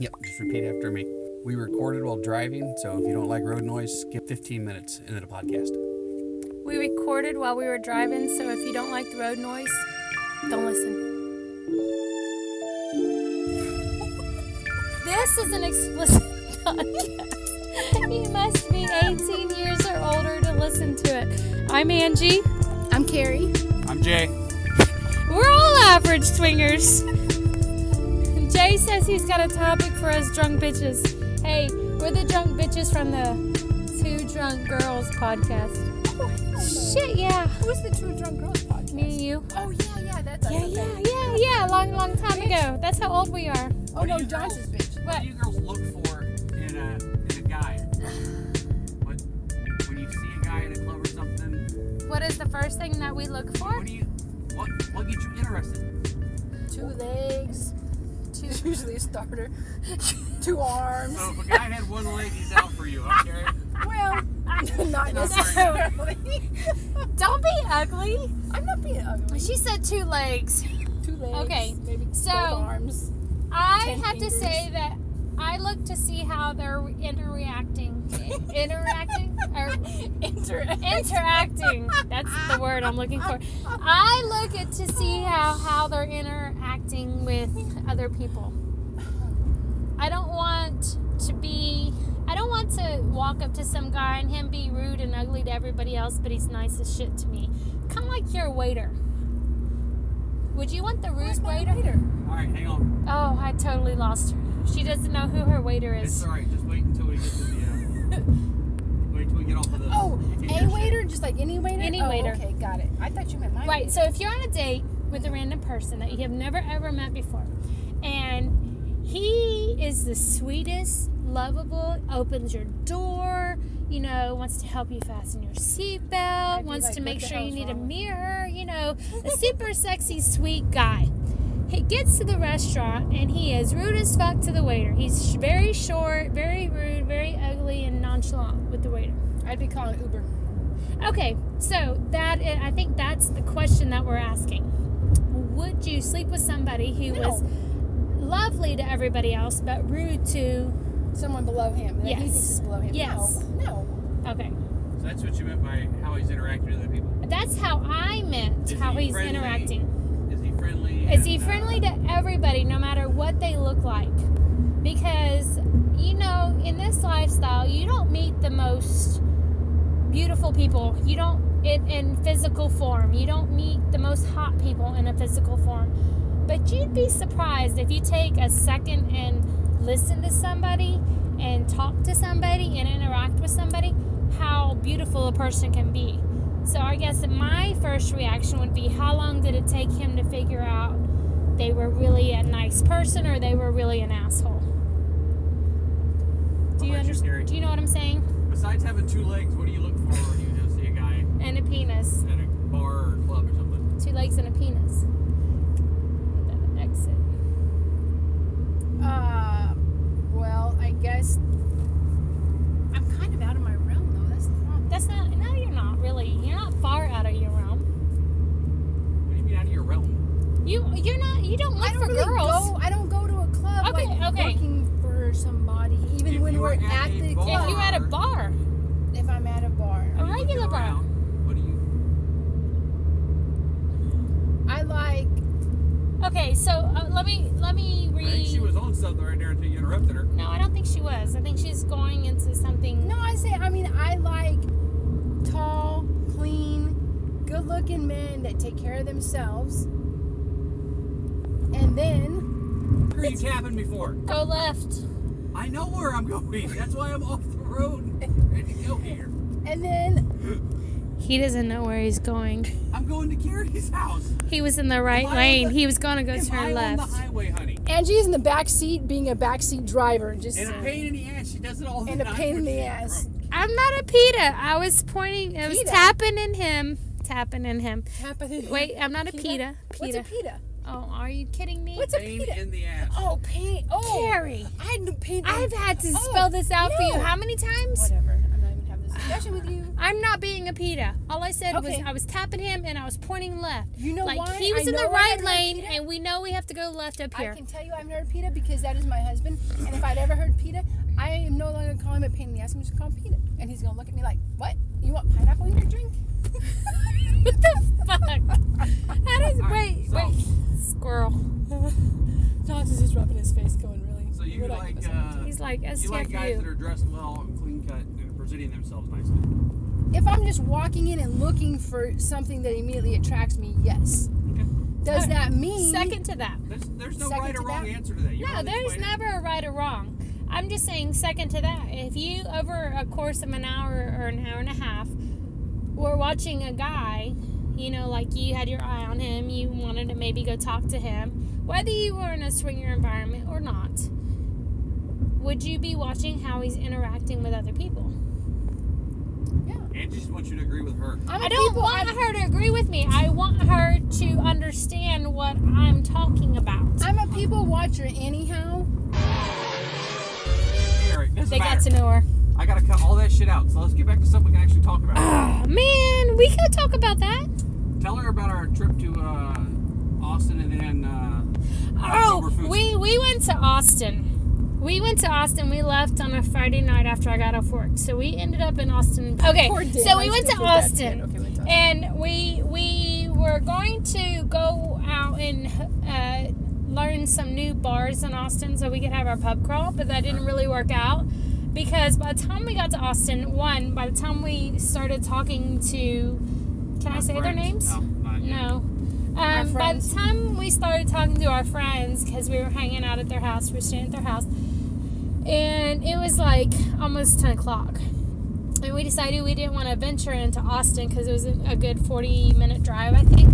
Yep, just repeat after me. We recorded while driving, so if you don't like road noise, skip 15 minutes into the podcast. We recorded while we were driving, so if you don't like the road noise, don't listen. this is an explicit podcast. You must be 18 years or older to listen to it. I'm Angie. I'm Carrie. I'm Jay. We're all average swingers. Jay says he's got a topic for us drunk bitches. Hey, we're the drunk bitches from the Two Drunk Girls podcast. Shit, yeah. Who's the True Drunk Girls podcast? Me and you. Oh yeah, yeah, that's us. Yeah, okay. yeah, yeah, yeah. Long, long time ago. That's how old we are. Oh no, Josh's bitch. What? you girls look for in a, in a guy? What, when you see a guy in a club or something, What is the first thing that we look for? do you, what, what gets you interested? Two legs. She's usually a starter. Two arms. So if a guy had one leg, he's out for you, okay? Well, not necessarily. Don't be ugly. I'm not being ugly. She said two legs. Two legs. Okay, Maybe so- both arms. I Ten have to fingers. say that I look to see how they're interacting. interacting? Or Interact. interacting. That's the word I'm looking for. I look at to see how, how they're interacting with other people. I don't want to be I don't want to walk up to some guy and him be rude and ugly to everybody else, but he's nice as shit to me. Kind of like your waiter. Would you want the rude waiter? Alright, hang on. Oh, I totally lost her. She doesn't know who her waiter It's is. alright, just wait until we get to the, uh, wait until we get off of this. Oh, You get a your shit. waiter, just like any waiter. Any oh, waiter. Okay, got it. I thought you meant my. Right, so if you're on a date with a random person that you have never ever met before, and he is the sweetest, lovable, opens your door, you know, wants to help you fasten your seatbelt, be wants like, to what make the sure you hell's need a wrong with mirror, you know, a super sexy, sweet guy. He gets to the restaurant and he is rude as fuck to the waiter. He's sh- very short, very rude, very ugly, and nonchalant with the waiter. I'd be calling Uber. Okay, so that eh, i I think that's the question that we're asking. Would you sleep with somebody who No. was lovely to everybody else but rude to? Someone below him. that He Yes. thinks is below him. Yes. No. no. Okay, So that's what you meant by how he's interacting with other people. that's how I meant Is how he he's friendly? interacting. Is he friendly? Is he and, uh, friendly to everybody, no matter what they look like? Because you know, in this lifestyle, you don't meet the most beautiful people. You don't it in physical form. You don't meet the most hot people in a physical form. But you'd be surprised if you take a second and listen to somebody and talk to somebody and interact with somebody, how beautiful a person can be. So I guess my first reaction would be how long did it take him to figure out they were really a nice person or they were really an asshole? how Do you about Gary? understand? Do you know what I'm saying? Besides having two legs, what do you look for when you just see a guy And a penis. at a bar or club or something? Two legs and a penis. That exit. Uh, well, I guess I'm kind of out of my realm though. That's the problem. That's not, no, you're not really. You're not far out of your realm. What do you mean out of your realm? You, you're not, you don't look I don't for really girls. go. I don't go to a club Okay, like okay. working for somebody. Even If when you we're were at, at a the bar- club, If you're at a bar, if I'm at a bar, a You looking regular bar. around, What do you? I like. Okay, so uh, let me, let me I think read. she was on something right there until you interrupted her. No, I don't think she was. I think she's going into something. No, I say. I mean, I like tall, clean, good-looking men that take care of themselves. And then Who are you tapping me for? Go left. I know where I'm going. That's why I'm off the road. and Ready to go here. and then He doesn't know where he's going. I'm going to Gary's house. He was in the right Am I on lane. the- he was going to go Am turn I left. on the highway, honey? Angie's in the back seat being a backseat driver. Just And a pain in the ass. She does it all the And a time. pain in where the she's ass. from. I'm not a PETA. I was pointing, I was PETA? tapping in him. Tapping in him. happening. Wait, I'm not a PETA. PETA? What's PETA. a pita? Oh, are you kidding me? What's a Pain pita? in the ass. Oh, paint. Oh, Carrie? I had to paint. I've had to Oh, spell this out for you no. how many times? Whatever. I'm not even having this. discussion with you. I'm not being a PETA. All I said was Okay. I was tapping him and I was pointing left. You know like why? he was I in the know why right I'm not a lane, PETA? and we know we have to go left up I here. can tell you I'm not a PETA because that is my husband. And if I'd ever heard PETA, I am no longer gonna call him a pain in the ass. I'm just gonna call him PETA. And he's gonna look at me like, what? You want pineapple in your drink? what the fuck? How does All right, wait so- wait squirrel? Thomas is just rubbing his face, going, really? So you We're not like gonna say uh, He's like STFU. you like guys that are dressed well and clean cut and are presenting themselves nicely. anything." if I'm just walking in and looking for something that immediately attracts me, yes. Okay. Does Okay. that mean Second to that. There's, there's no Second right or to wrong that? answer to that. You No, already there's explained it. never a right or wrong. I'm just saying, second to that, if you over a course of an hour or an hour and a half were watching a guy, you know, like you had your eye on him, you wanted to maybe go talk to him, whether you were in a swinger environment or not, would you be watching how he's interacting with other people? And just want you to agree with her. I'm I a don't people- want her to agree with me. I want her to understand what I'm talking about. I'm a people watcher All anyhow. right, doesn't They got matter. to know her. I gotta cut all that shit out. So let's get back to something we can actually talk about. Oh, man, we could talk about that. Tell her about our trip to uh, Austin and then. Uh, Oh, October Foods. we we went to Austin. We went to Austin. We left on a Friday night after I got off work, so we ended up in Austin. Okay, Poor Dan, so I we went still to feel bad for Dan. Austin, Okay, went to Austin. and we we were going to go out and uh, learn some new bars in Austin, so we could have our pub crawl. But that didn't really work out because by the time we got to Austin, one by the time we started talking to, can I our say their friends. names? No, not yet. No. Um, by the friends. time we started talking to our friends, because we were hanging out at their house, we were staying at their house, and it was like almost 10 o'clock. And we decided we didn't want to venture into Austin because it was a a good 40 minute drive, I think.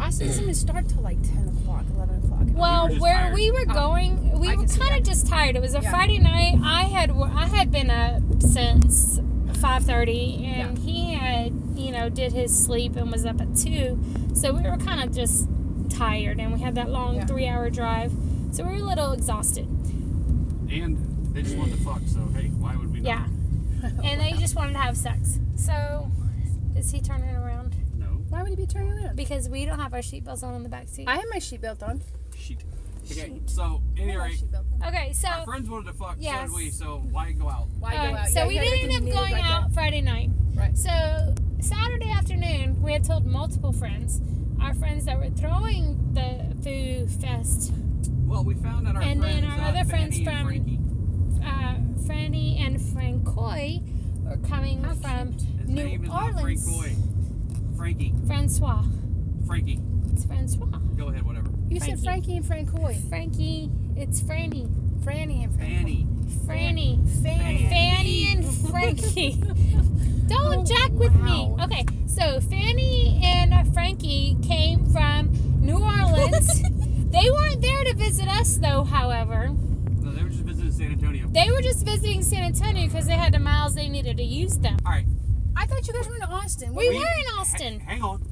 Austin doesn't even start till like 10 o'clock, 11 o'clock. Well, just where tired. we were Oh, going, we I were can see kind of that. just tired. It was a Yeah. Friday night. I had wo- I had been up since five thirty, and Yeah. he had you know did his sleep and was up at two. So we were kind of just tired, and we had that long Yeah. Oh. three hour drive. So we were a little exhausted. And they just want to fuck, so hey, why would we not? Yeah, and they just wanted to have sex. So is he turning around? No. Why would he be turning around? Because we don't have our seatbelts on in the back seat. I have my sheetbelt on. Sheet. Okay, Sheet. so, I have my anyway, sheetbelt on. okay, so our friends wanted to fuck, Yes. so did we, so why go out? Why All go right, out? Um, So Yeah, we you did gotta end up do going like out Friday night. Right. So Saturday afternoon, we had told multiple friends, our friends that were throwing the Foo Fest, Well, we found out our And friends, then our uh, other friends Fanny and from- Frankie. uh, Franny and Francois were coming How from His New name is not Frank Orleans. Coy. Frankie. Francois. Frankie. It's Francois. Go ahead, whatever. that. You said Frankie and Francois. Frankie. It's Franny. Franny and Francois. Fanny. Franny. Fanny. Fanny and Frankie. Don't Oh, jack with wow. me. Okay, so Fanny and Frankie came from New Orleans. they weren't there to visit us, though, however. No, they were just visiting San Antonio. They were just visiting San Antonio because they had the miles they needed to use them. All right. I thought you guys were in Austin. We Wait, were in ha- Austin. hang on.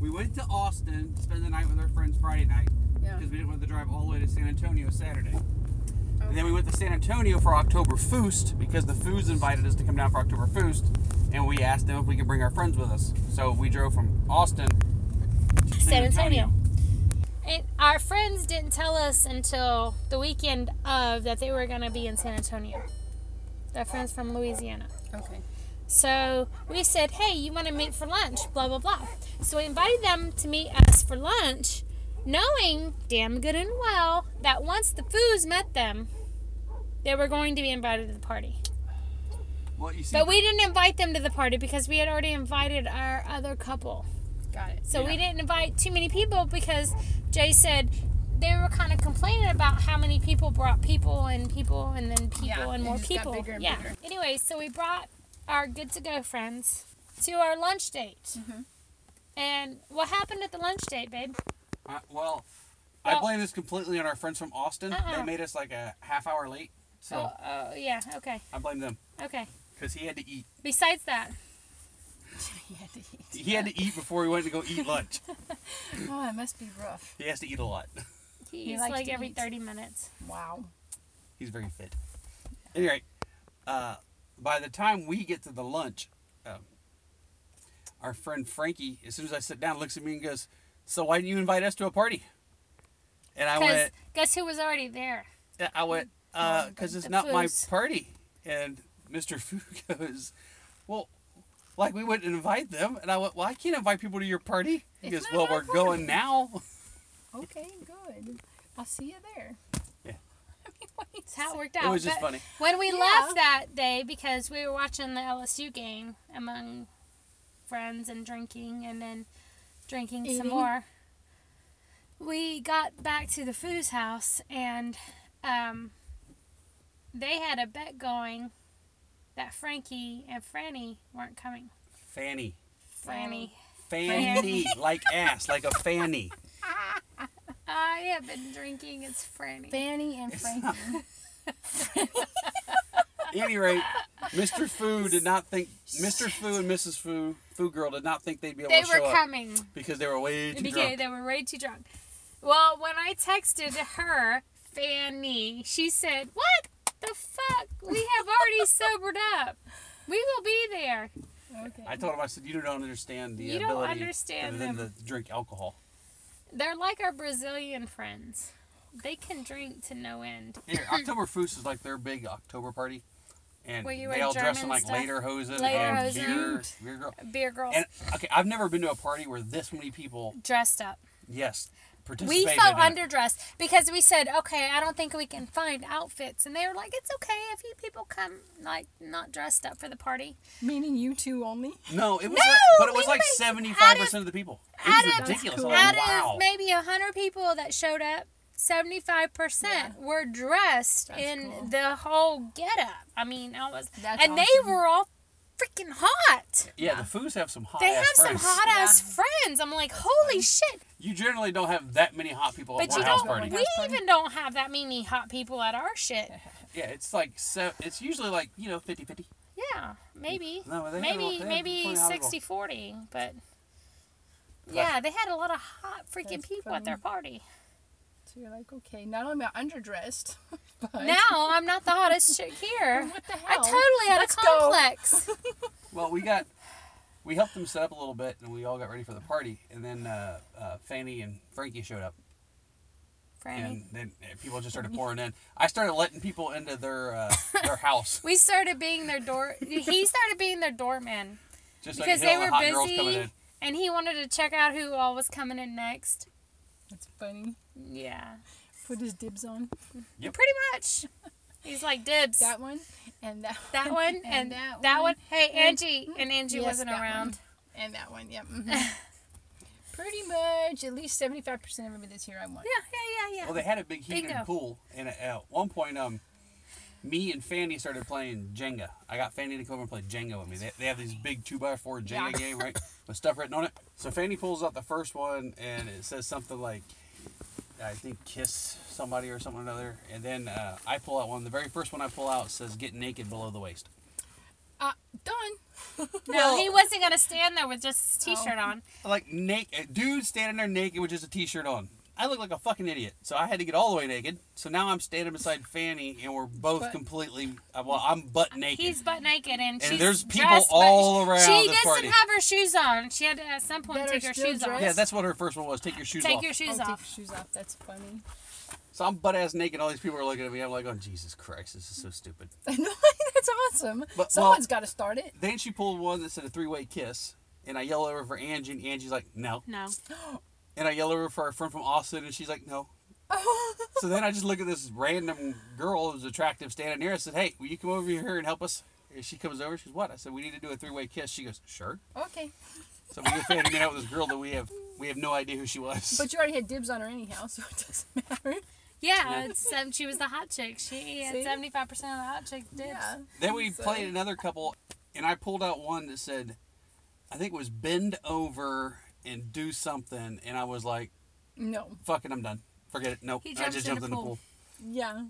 We went to Austin, spend the night with our friends Friday night Yeah. because we didn't want to drive all the way to San Antonio Saturday. Oh. And Okay. then we went to San Antonio for October Foost because the Foos invited us to come down for October Foost, and we asked them if we could bring our friends with us. So we drove from Austin to San Antonio. And our friends didn't tell us until the weekend of that they were going to be in San Antonio. Their friends from Louisiana. Okay. So we said, hey, you want to meet for lunch? Blah, blah, blah. So we invited them to meet us for lunch, knowing damn good and well that once the Foos met them, they were going to be invited to the party. Well, you see, But we didn't invite them to the party because we had already invited our other couple. Got it. So we Yeah. didn't invite too many people because Jay said they were kind of complaining about how many people brought people and people and then people Yeah, and it more just got people. bigger and yeah. bigger. Anyway, so we brought our good to go friends to our lunch date. Mm-hmm. And what happened at the lunch date, babe? I- well, I Well- blame this completely on our friends from Austin. They Uh-uh. made us like a half hour late, so Oh, Uh, oh, yeah. Okay. I blame them Okay. because he had to eat. Besides that, He had to eat. He had to eat before he went to go eat lunch. Oh, it must be rough. he has to eat a lot. he, He eats likes like to every eat. 30 minutes. Wow. He's very fit. Anyway, uh, by the time we get to the lunch, um, our friend Frankie, as soon as I sit down, looks at me and goes, "So why didn't you invite us to a party?" And I Because went, guess who was already there? yeah, I went, Oh, because it's not my Foos. party. And Mr. Fu goes, well, like we wouldn't invite them. And I went, well, I can't invite people to your party. He It's not goes, well, our we're going now. Okay, good. I'll see you there. Yeah. I mean, what do you That's how it say? worked out. it was just But funny. When we Yeah. left that day, because we were watching the LSU game among friends and drinking, and then drinking some Eating. more, we got back to the Foos house, and um, they had a bet going that Frankie and Franny weren't coming. Fanny. Franny. Fanny. like ass. Like a fanny. I have been drinking. It's Franny. Fanny and Frankie. any rate, Mr. Fu did not think, Mr. Fu and Mrs. Fu, Fu girl did not think they'd be able They to were show up coming. because they were way too because drunk. they were way too drunk. Well, when I texted her, Fanny, she said, What the fuck? We have already sobered up. We will be there. Okay. I told him, I said, you don't understand the You don't ability understand of them them. to drink alcohol. They're like our Brazilian friends. They can drink to no end. Here, October Foos is like their big October party. And Where you they wear all dress in German like stuff. lederhosen and Lederhosen. beer, Cute. beer girl. Beer girls And okay, I've never been to a party where this many people, dressed up. yes, We participated. felt in it. underdressed because we said, Okay, I don't think we can find outfits. And they were like, It's okay if you people come like not dressed up for the party. Meaning you two only? No, it was, No, like, but it was we like made- seventy out five of- percent of the people. It out was of- ridiculous. cool. I'm out like, wow. of maybe 100 people that showed up 75% were dressed That's in cool. the whole getup i mean i was That's and they awesome. were all freaking hot yeah, the Foos have some hot. they ass have some friends. hot ass friends i'm like holy shit You generally don't have that many hot people at but one you house don't party. we House party. even don't have that many hot people at our shit Yeah, it's like so. It's usually like you know 50-50. yeah maybe No, they had a- they maybe had maybe plenty of hot 60 40 but yeah they had a lot of hot freaking That's people at funny. their party So you're like, okay, not only am I underdressed, but now i'm not the hottest chick here what the I hell? totally had Let's a go. complex. Well, we got we helped them set up a little bit, and we all got ready for the party. And then uh, uh, Fanny and Frankie showed up, and then uh, people just started pouring in. I started letting people into their uh, their house We started being their door. he started being their doorman just because so they I could were hit all the hot girls coming busy, in. and he wanted to check out who all was coming in next. That's funny. Yeah, Put his dibs on Yep. pretty much. He's like dibs. that one and that That one and, that, one. Hey, Angie, and Angie Yes, wasn't that one. around. and that one. Yep. mhm. Pretty much at least seventy-five percent of everybody that's here I want. Yeah, yeah, yeah, yeah. Well, they had a big heated Bingo. pool, and at one point, um, me and Fanny started playing Jenga. I got Fanny to come over and play Jenga with me. They, they have these big two by four Jenga Yeah. game, right, with stuff written on it. So Fanny pulls out the first one, and it says something like, I think kiss somebody or something or another. And then uh, I pull out one. The very first one I pull out says get naked below the waist. Uh, done. no, he wasn't gonna stand there with just his t-shirt on. Like naked, dude standing there naked with just a t-shirt on. I look like a fucking idiot, so I had to get all the way naked. So now I'm standing beside Fanny, and we're both But- completely. uh, Well, I'm butt naked. He's butt naked, and, she's there's people dressed, but all around She this doesn't party. have her shoes on. She had to at some point That are take her still shoes dressed? off. yeah, that's what her first one was. Take your shoes take off. your shoes I'll off. Take shoes off. That's funny. so I'm butt ass naked. All these people are looking at me. I'm like, oh Jesus Christ, this is so stupid. I know. that's awesome. But- Someone's well- got to start it. Then she pulled one that said a three way kiss, and I yell over for Angie, and Angie's like, no. No. And I yell over for our friend from Austin, and she's like, no. So then I just look at this random girl who's attractive standing near. I said, hey, will you come over here and help us? And she comes over. She goes, what? I said, we need to do a three way kiss. She goes, sure. okay. So we get to meet out with this girl that we have we have no idea who she was. But you already had dibs on her anyhow, so it doesn't matter. Yeah, it's, um, she was the hot chick. She had See? seventy five percent of the hot chick dibs. Yeah. Then we So- played another couple, and I pulled out one that said, I think it was bend over and do something, and I was like, No. fucking, I'm done. Forget it. Nope. He And I jumps just in jumped the in the pool. pool. Yeah.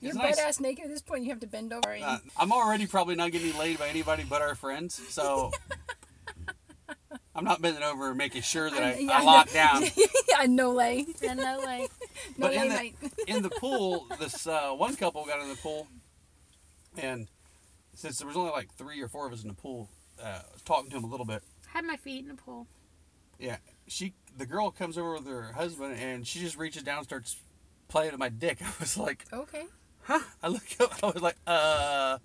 You're nice. butt ass naked at this point. You have to bend over. And, Uh, I'm already probably not getting laid by anybody but our friends, so I'm not bending over and making sure that I, yeah, I I lock know. down. yeah, no lay. And no like No But in lay, the- mate. in the pool, this uh, one couple got in the pool, and since there was only like three or four of us in the pool, uh, talking to him a little bit. Had my feet in the pool. Yeah, she the girl comes over with her husband and she just reaches down and starts playing at my dick. I was like, Okay. huh? I look up. I was like, uh.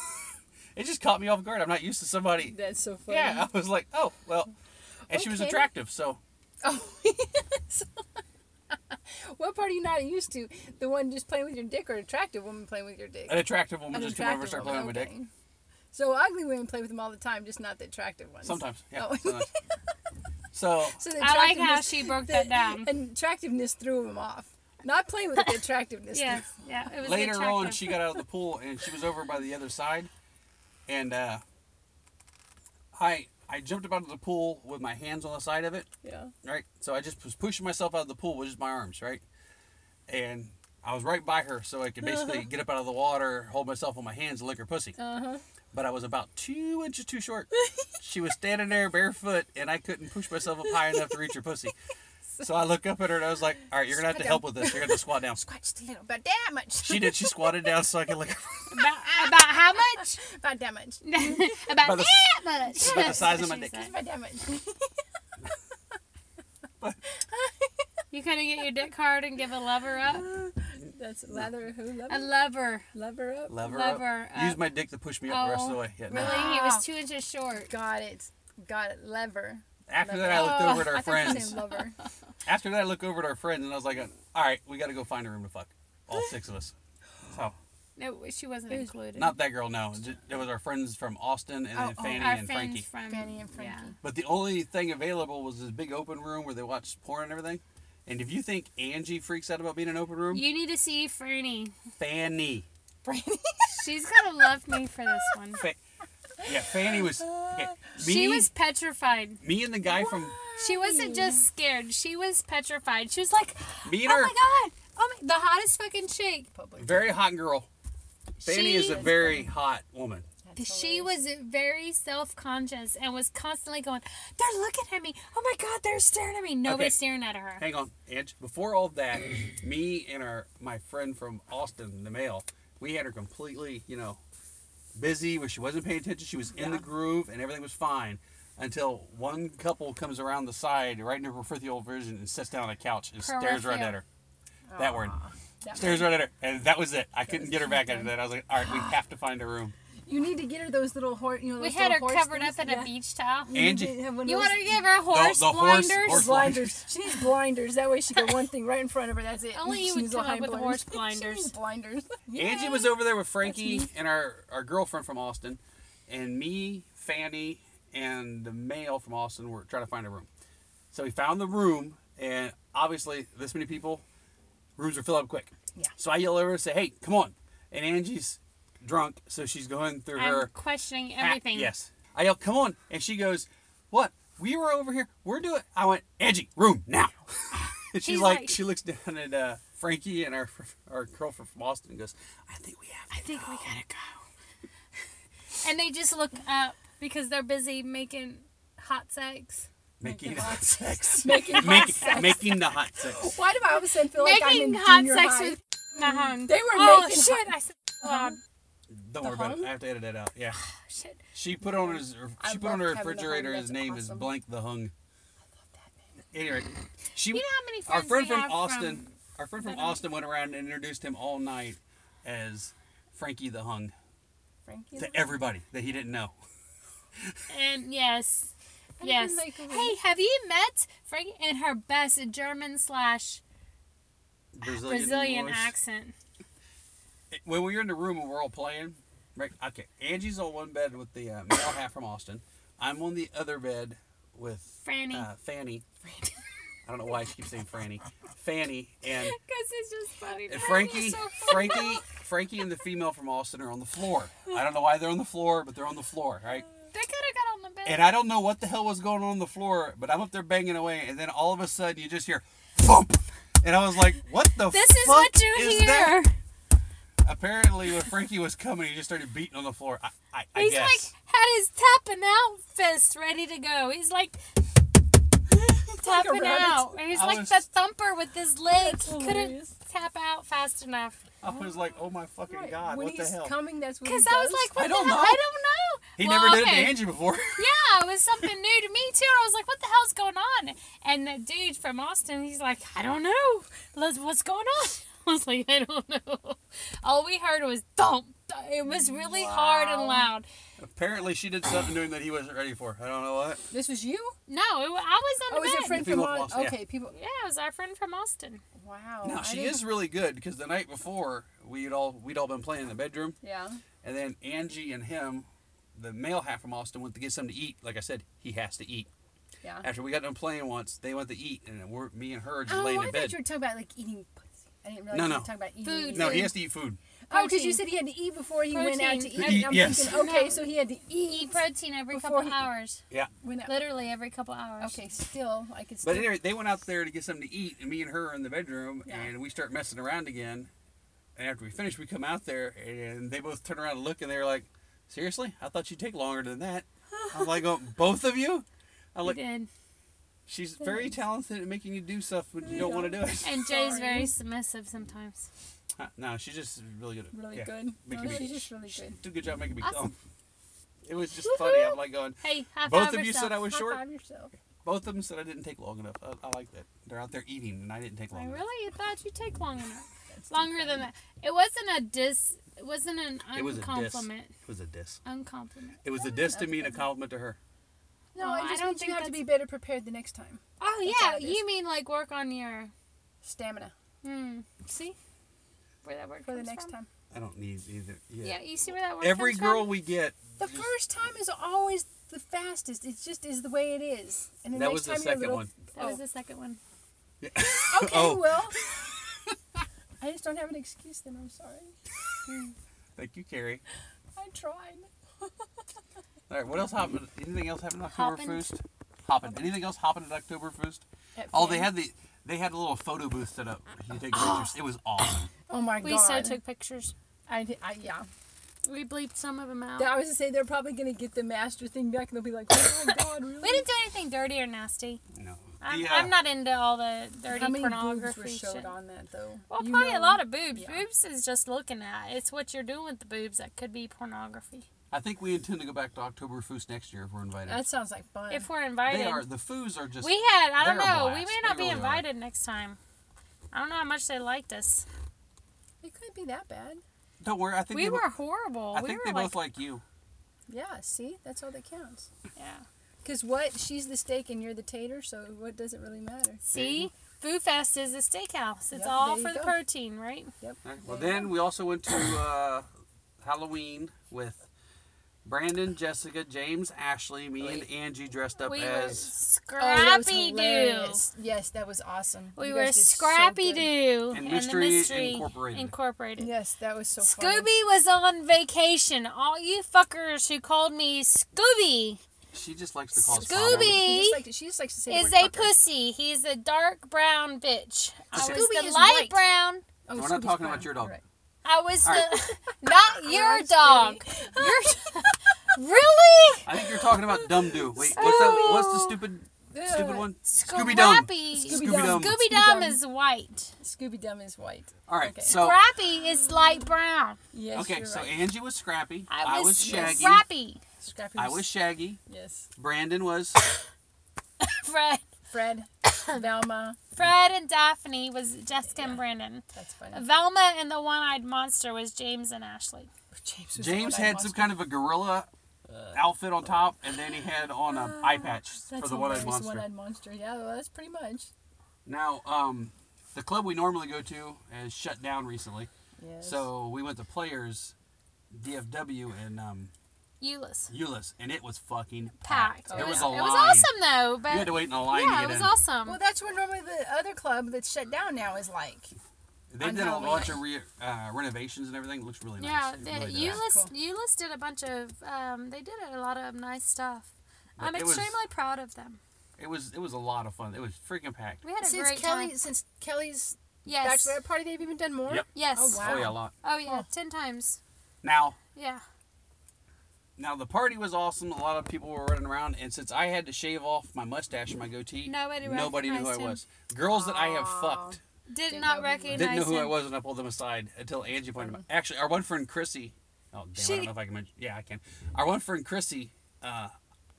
it just caught me off guard. I'm not used to somebody. That's so funny. Yeah, I was like, oh well, and she was Okay. attractive, so Oh, yes. what part are you not used to? The one just playing with your dick or attractive woman playing with your dick? an attractive woman An just came over and attractive started woman, playing with my dick. okay. So ugly women play with them all the time, just not the attractive ones. Sometimes, yeah. Oh. sometimes. so So the I like how attractiveness- she broke the- that down. And attractiveness threw him off. Not playing with it, the attractiveness. threw- Yes, yeah. It was later on, attractive. she got out of the pool and she was over by the other side, and uh, I I jumped up out of the pool with my hands on the side of it, Yeah. right? So I just was pushing myself out of the pool with just my arms, right? And I was right by her, so I could basically get up out of the water, hold myself on my hands, and lick her pussy. Uh-huh. But I was about two inches too short. she was standing there barefoot, and I couldn't push myself up high enough to reach her pussy. So I look up at her and I was like, "All right, you're gonna have to Squat help with this. You're gonna have to squat down." Quite just a little, about that much. She did. She squatted down so I could lick her. about, about how much? about that much. about By the- that much. by the size of my She dick. said. About that much. You couldn't get your dick hard and give a lover up. That's lather who lover, A lover. lover up. Lever, Lever up. Use up. my dick to push me up the rest of the Oh, way. Yeah, no. Really, he was two inches short. Got it. Got it. Lever. After that, I looked Oh, over at I our thought you were saying friends. Lover. After that, I looked over at our friends and I was like, "All right, we got to go find a room to fuck, all six of us." So Oh, No, she wasn't It was included. not that girl, no. J- It was our friends from Austin and then Oh, oh, Fanny Our and friends Frankie. from Fanny and Frankie. But the only thing available was this big open room where they watched porn and everything. And if you think Angie freaks out about being in an open room, You need to see Franny. Fanny. Brandy. She's gonna love me for this one. Fa- yeah, Fanny was. Okay, me, She was petrified. me and the guy from She wasn't just scared. She was petrified. She was like, me "Oh and her, my god! Oh my, the hottest fucking chick." Public. very hot girl. Fanny she, is a very hot woman. That's She hilarious. was very self-conscious and was constantly going, "They're looking at me. Oh my god, they're staring at me." Nobody's staring at her. Hang on, Ange. Before all that, me and our my friend from Austin, the male, we had her completely, you know, busy where she wasn't paying attention. She was in the groove and everything was fine until one couple comes around the side right in her peripheral vision and sits down on the couch and stares Peripheral. right at her. That word. That Stares right at her. And that was it. I couldn't get her back after that. I was like, all right, we have to find a room. You need to get her those little horse. You know, We those had little her horse covered things. up in yeah. a beach towel. You need to Angie- have one of You those want to give her horse the horse- blinders? horse- blinders. she needs blinders. That way she got one thing right in front of her. That's it. Only you She would needs a come up hind with blinders. horse blinders. she needs blinders. Angie was over there with Frankie and our, our girlfriend from Austin, and me, Fanny, and the male from Austin were trying to find a room. So we found the room, and obviously, this many people, rooms are filled up quick. Yeah. So I yell over and say, "Hey, come on!" And Angie's drunk, so she's going through I'm her questioning hat- everything. Yes. I yell, "Come on!" And she goes, "What? We were over here. We're doing." I went, "Angie, room now." and she's He's like, like- she looks down at uh, Frankie and our our girlfriend from Austin and goes, "I think we have." I think we gotta go. and they just look up because they're busy making hot sex. Making hot sex. making hot Making, sex. making the hot sex. Why do I all of a sudden feel like I'm in making hot junior sex high? with Mahan. They were oh, making shit! hot- I said loud. Don't worry about it. hung? I have to edit that out. Yeah. Oh, shit. She put on his I she put on her love Kevin the Hung, refrigerator. His that's name is awesome. blank the hung. Anyway, she You know how many our friends friend we from have Austin, from- our friend from Austin went around and introduced him all night as Frankie the Hung Frankie. to everybody that he didn't know. And yes, I've yes. been like, hey, have you met Frankie and her best German slash Brazilian, Brazilian voice. accent? When we were in the room and we're all playing, right? Okay, Angie's on one bed with the uh, male half from Austin. I'm on the other bed with Franny. Uh, Fanny. I don't know why I keep saying Franny. Fanny and Because it's just funny. And Frankie, Frankie, Frankie, and the female from Austin are on the floor. I don't know why they're on the floor, but they're on the floor, right? They could have got on the bed. And I don't know what the hell was going on on the floor, but I'm up there banging away, and then all of a sudden you just hear, bump, and I was like, "What the? this is fuck what you is hear. that?" Apparently, when Frankie was coming, he just started beating on the floor. I, I, I He's guess. like had his tapping out fist ready to go. He's like, looked like a tapping rabbit. out. And he's I like was- the thumper with his leg. That's He couldn't hilarious. tap out fast enough. I was like, oh my fucking god, when what the he's hell? coming, that's what he Because I was does. like, what I the don't hell? know. I don't know. he Well, never did it okay. to Angie before. Yeah, it was something new to me too. And I was like, what the hell's going on? And the dude from Austin, he's like, I don't know. Liz, what's going on? I was like, I don't know. All we heard was thump. thump. It was really hard and loud. Apparently, she did something to him that he wasn't ready for. I don't know what. This was you? No, it, wa- I was on Oh, the was bed. it a friend People from have on? lost- yeah. Okay, people. Yeah, it was our friend from Austin. Wow. No, Oh, I she didn't- is really good because the night before we had all we'd all been playing in the bedroom, Yeah. and then Angie and him, the male half from Austin, went to get something to eat. Like I said, he has to eat. Yeah. After we got done playing once, they went to eat, and then we're me and her are just Oh, I laying thought in bed. you were talking about like eating pussy. I didn't realize No, you no. were talking about eating. Food. No, he has to eat food. Oh, because you Protein. said he had to eat before he went out to Protein. eat. To eat, I'm yes. thinking, okay, No. so he had to Eat eat. protein every Before couple he- hours. Yeah. Went out. Literally every couple hours. Okay, still, I could still. But anyway, they went out there to get something to eat, and me and her are in the bedroom, Yeah. and we start messing around again. And after we finish, we come out there, and they both turn around and look, and they're like, "Seriously? I thought you'd take longer than that." I'm like, oh, "Both of you?" I'm We like, did. "She's very talented at making you do stuff when you don't want to do it." And Jay's Sorry. very submissive sometimes. Uh, no, she's just really good. At, Really yeah, good. Making No, me, she's just really she good. did a good job making me Awesome. dumb. It was just funny. I'm like going. Hey, high Both five of you yourself. said I was High short. five yourself. Both of them said I didn't take long enough. I, I like that. They're out there eating, and I didn't take long. I enough. really thought you'd take long enough. Longer than that. It wasn't a dis. It wasn't an It was a diss. uncompliment. It was a diss. Uncompliment. It was a diss to me and a compliment to her. No, Oh, I I just don't want think you to have to that's- be better prepared the next time. Oh how yeah, it you mean like work on your. Stamina Hmm. See, where that word for the comes next from? time. I don't need either. Yeah. Yeah. you see where that word Every comes girl From? we get, The first time is always the fastest. It just is the way it is. And the that next was the time you're a second little- one. That was Oh. the second one. Okay, Oh. well. I just don't have an excuse then. I'm sorry. Thank you, Carrie. I tried. All right, what else happened? Anything else happened on Happened. Oktoberfest? Happened. Anything else happened at Oktoberfest? At Oh, they Fanny. had the they had a little photo booth set up. You take pictures. It was awesome. Oh my We god. so took pictures. I, did- I yeah. We bleeped some of them out. I was to say they're probably gonna get the master thing back and they'll be like, oh my god, really? we didn't do anything dirty or nasty. No. I'm, The, uh, I'm not into all the dirty How many boobs pornography were showed shit. on that though? Well, You probably a know. lot of boobs. yeah. Boobs is just looking at. It's what you're doing with the boobs that could be pornography. I think we intend to go back to Oktoberfest next year if we're invited. That sounds like fun. If we're invited, they are the foos are just we had. I don't they're a know. We blast. may They not be really are. invited next time. I don't know how much they liked us. it couldn't be that bad. Don't worry. I think We they bo- were horrible. I we think were they like, both like you. Yeah, see, that's all that counts. yeah. Cause what? She's the steak and you're the tater, so what does it really matter? See, Foo Fest is a steakhouse. It's Yep, all there for you the go. protein, right? Yep. All right, Well, then we also went to uh, Halloween with Brandon, Jessica, James, Ashley, me, and Angie dressed up we were as. Oh, that was Scrappy Doo. hilarious. Yes, that was awesome. We You were guys did so Scrappy good. Doo And and, Mystery the Mystery Incorporated. Incorporated. Yes, that was so funny. Scooby was on vacation. All you fuckers who called me Scooby She just likes to call us Scooby She just, likes, she just likes to say the is word a fucker. pussy. He's a dark brown bitch. I was Okay. Scooby the is light white. brown. Oh, We're not Scooby's talking about brown. your dog. Right. I was All right. the not your Right, dog. Your really I think you're talking about Dumb Doo. Wait, what's that? What's the stupid, stupid Ugh. one? Scooby Dumb. Scrappy. Scooby-Dum. Scooby Scooby-Dum. Dum is white. Scooby Dumb is white. All right, Okay. so Scrappy is light brown. Yes, okay, you're so right. Angie was Scrappy. I was, Shaggy. Scrappy. Scrappy I was Shaggy. yes. Brandon was Fred, Fred, Velma. Fred and Daphne was Jessica and Brandon. That's funny. Velma and the one-eyed monster was James and Ashley. James, was the James one I had some watched. kind of a gorilla Uh, outfit on top, and then he had on an eye Ah, patch for That's the a one-eyed hilarious monster. One-eyed monster. Yeah, well, that's pretty much. Now, um, the club we normally go to is shut down recently, Yes. so we went to Players, DFW, and um, Euless. Euless, and it was fucking Packed. packed. There it was, was, a it line. was awesome though, but You had to wait in a line yeah, to it get was in. awesome. Well, that's what normally the other club that's shut down now is like. They on did a Halloween. bunch of re- uh, renovations and everything. It looks really yeah, nice. It the, really does. Euless, Cool. Euless did a bunch of. Um, they did a lot of nice stuff. But I'm it was- extremely proud of them. It was it was a lot of fun. It was freaking packed. We had a Since great Kelly, time. since Kelly's Yes. bachelorette party, they've even done more. Yep. Yes. Oh, wow. Oh yeah, a lot. Oh yeah, ten times. Now Yeah. Now the party was awesome. A lot of people were running around, and since I had to shave off my mustache and my goatee, Nobody knew who I recognized him. was. Girls that I have fucked Did Didn't not know who he was. recognize didn't know who him. I was, and I pulled them aside until Angie pointed. them out. Actually, our one friend Chrissy. Oh damn! I She- don't know if I can. Mention, yeah, I can. Our one friend Chrissy. Uh,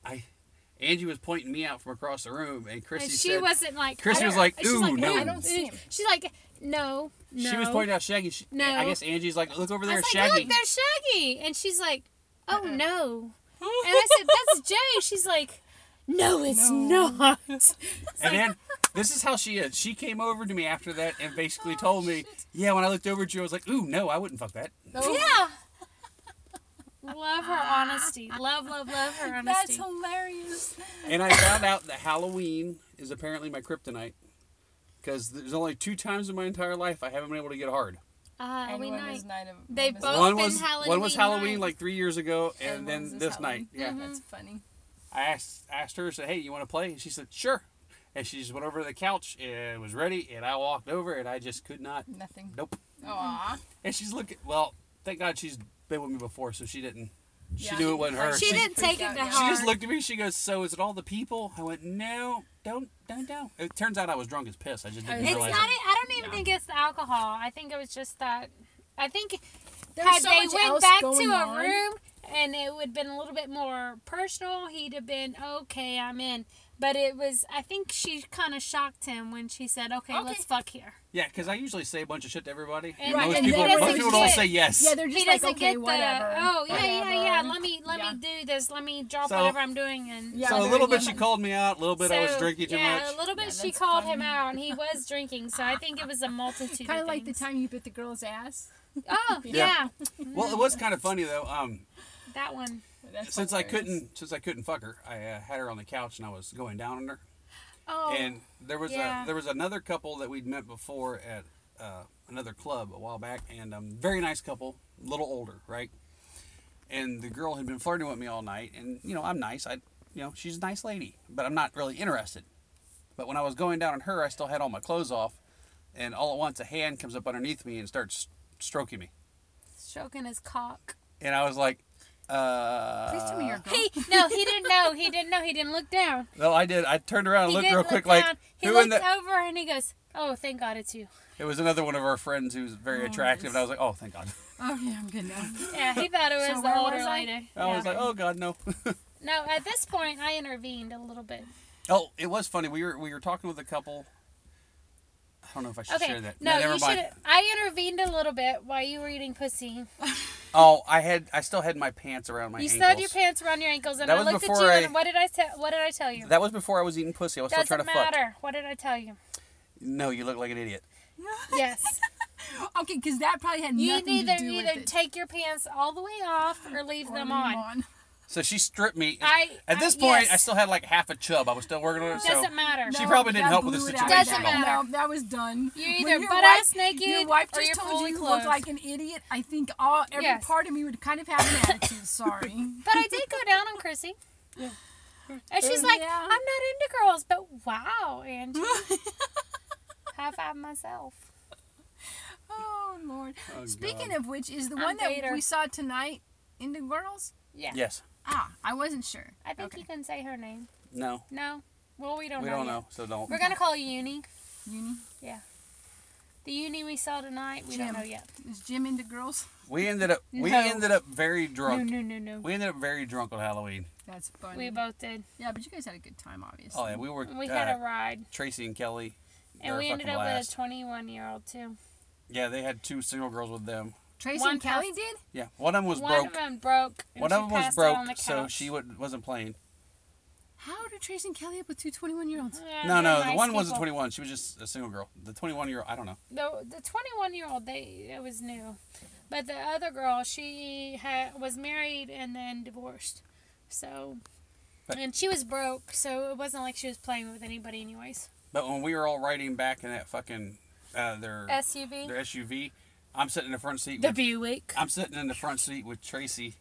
I. Angie was pointing me out from across the room, and Chrissy And she said, wasn't like. Chrissy I was don't- like, she's "Ooh, no." "Ooh." I don't see him. She's like, no, no. She was pointing out Shaggy. She, No. I guess Angie's like, look over I there, was like, Shaggy. look, there's Shaggy, and she's like, oh Uh-uh. no. And I said, that's Jay. She's like, no, it's not. And then this is how she is. She came over to me after that and basically told me, yeah, when I looked over at you, I was like, ooh, no, I wouldn't fuck that. Oh. Yeah. Love her honesty. Love, love, love her That's honesty. hilarious. And I found out that Halloween is apparently my kryptonite because there's only two times in my entire life I haven't been able to get hard. Ah, we Anyone night. is night of They was- both- one been was one Halloween was Halloween night. like three years ago, and, And one's then this this night, Halloween. Mm-hmm. Mm-hmm. yeah. That's funny. I asked asked her, said, hey, you want to play? And she said, sure. And she just went over to the couch and was ready, and I walked over and I just could not. Nothing. Nope. Aw. And she's looking. Well, thank God she's been with me before, so she didn't. She Yeah. knew it wasn't her. She didn't take it freaked to out, heart. yeah. She just looked at me. She goes, "So is it all the people?" I went, "No, don't, don't, don't." It turns out I was drunk as piss. I just didn't It's It's realize. not. e- it. I I don't even think it's the alcohol. I think it was just that. I think There had was so they much went else back to going a on. room and it would have been a little bit more personal, he'd have been okay. I'm in. But it was. I think she kind of shocked him when she said, "Okay, Okay. let's fuck here." Yeah, because I usually say a bunch of shit to everybody. And Right, most and people, he doesn't most people don't get- say yes. Yeah, they're just he like, doesn't okay, get whatever. the. Oh yeah, yeah, yeah. whatever." Let me let Yeah. me do this. Let me drop So- whatever I'm doing and. Yeah, so a they're little bit like- she called me out. A little bit I was drinking too yeah, much. a little bit Yeah, she that's called him funny. out, and he was drinking. So I think it was a multitude. Kind of of like the things. time you bit the girl's ass. Oh Yeah. yeah, Well, it was kind of funny though. Um, that one. That's since I hilarious. couldn't, since I couldn't fuck her, I uh, had her on the couch and I was going down on her. Oh. and there was yeah. a there was another couple that we'd met before at uh, another club a while back, and um, very nice couple, a little older, right? And the girl had been flirting with me all night, and you know I'm nice, I you know she's a nice lady, but I'm not really interested. But when I was going down on her, I still had all my clothes off, and all at once a hand comes up underneath me and starts stroking me, stroking his cock. and I was like, uh, Please tell me you're a girl. He no, he didn't know. He didn't know. He didn't look down. no, I did. I turned around and He looked didn't real look quick, down. like he who in looked the over and he goes, "Oh, thank God it's you." It was another one of our friends who was very attractive, and I was like, oh, thank God. Oh yeah, I'm good now. Yeah, he thought it So was where the older was I? lady. I was Yeah. like, oh God, no. no. At this point, I intervened a little bit. oh, it was funny. We were we were talking with a couple. I don't know if I should Okay, share that. no, never you mind. should. I intervened a little bit while you were eating pussy. Oh, I had I still had my pants around my You ankles. still had your pants around your ankles, and That I was looked at before you. I- And what did I tell? What did I tell you? That was before I was eating pussy. I was still Doesn't trying to fuck. matter. What did I tell you? No, you look like an idiot. Yes. Okay, because that probably had You nothing either to do with either it. take your pants all the way off or leave Or them leave on. 'em So she stripped me. I- At I- this point, yes. I still had like half a chub. I was still working on it. So Doesn't matter. She No, probably didn't that help with the blew it out. situation Doesn't at all. matter. No, that was done. You're When either your butt-ass wife- naked Your wife or just you're told fully you you clothed. look like an idiot. I think all every Yes. part of me would kind of have an attitude. Sorry. But I did go down on Chrissy. And she's like, Oh, Yeah. I'm not into girls, but wow, Angie. High five myself. Oh Lord. Oh, Speaking God. of which, is the I'm one that Vader. we saw tonight in the girls? Yeah. Yes. Ah, I wasn't sure. I think Okay. you can say her name. No. No? Well, we don't we know. don't yet. know. So don't. We're going to call you Uni. Uni Yeah. The Uni we saw tonight, we Jim. don't know yet. is Jim into girls? We ended up. We No. ended up very No, drunk. no, no, no. We ended up very drunk on Halloween. That's funny. We both did. yeah, but you guys had a good time, obviously. Oh yeah, we were. We uh, had a ride. Tracy and Kelly. And they're we a ended fucking up with blast. a 21 year old, too. Yeah, they had two single girls with them. Tracy One and Kelly passed- did. Yeah, one of them was One broke. of them broke. and one she of them was passed out broke, on the so couch. Uh, she w- wasn't playing. How do Tracy and Kelly up with two 21 year olds? Yeah, No, they're no, the nice one wasn't people. 21. She was just a single girl. The 21 year old, I don't know. the the 21 year old they it was new but the other girl she had was married and then divorced so But- and she was broke so it wasn't like she was playing with anybody anyways But when we were all riding back in that fucking uh, their their suv SUV, I'm sitting in the front seat. the With, buick I'm sitting in the front seat with Tracy,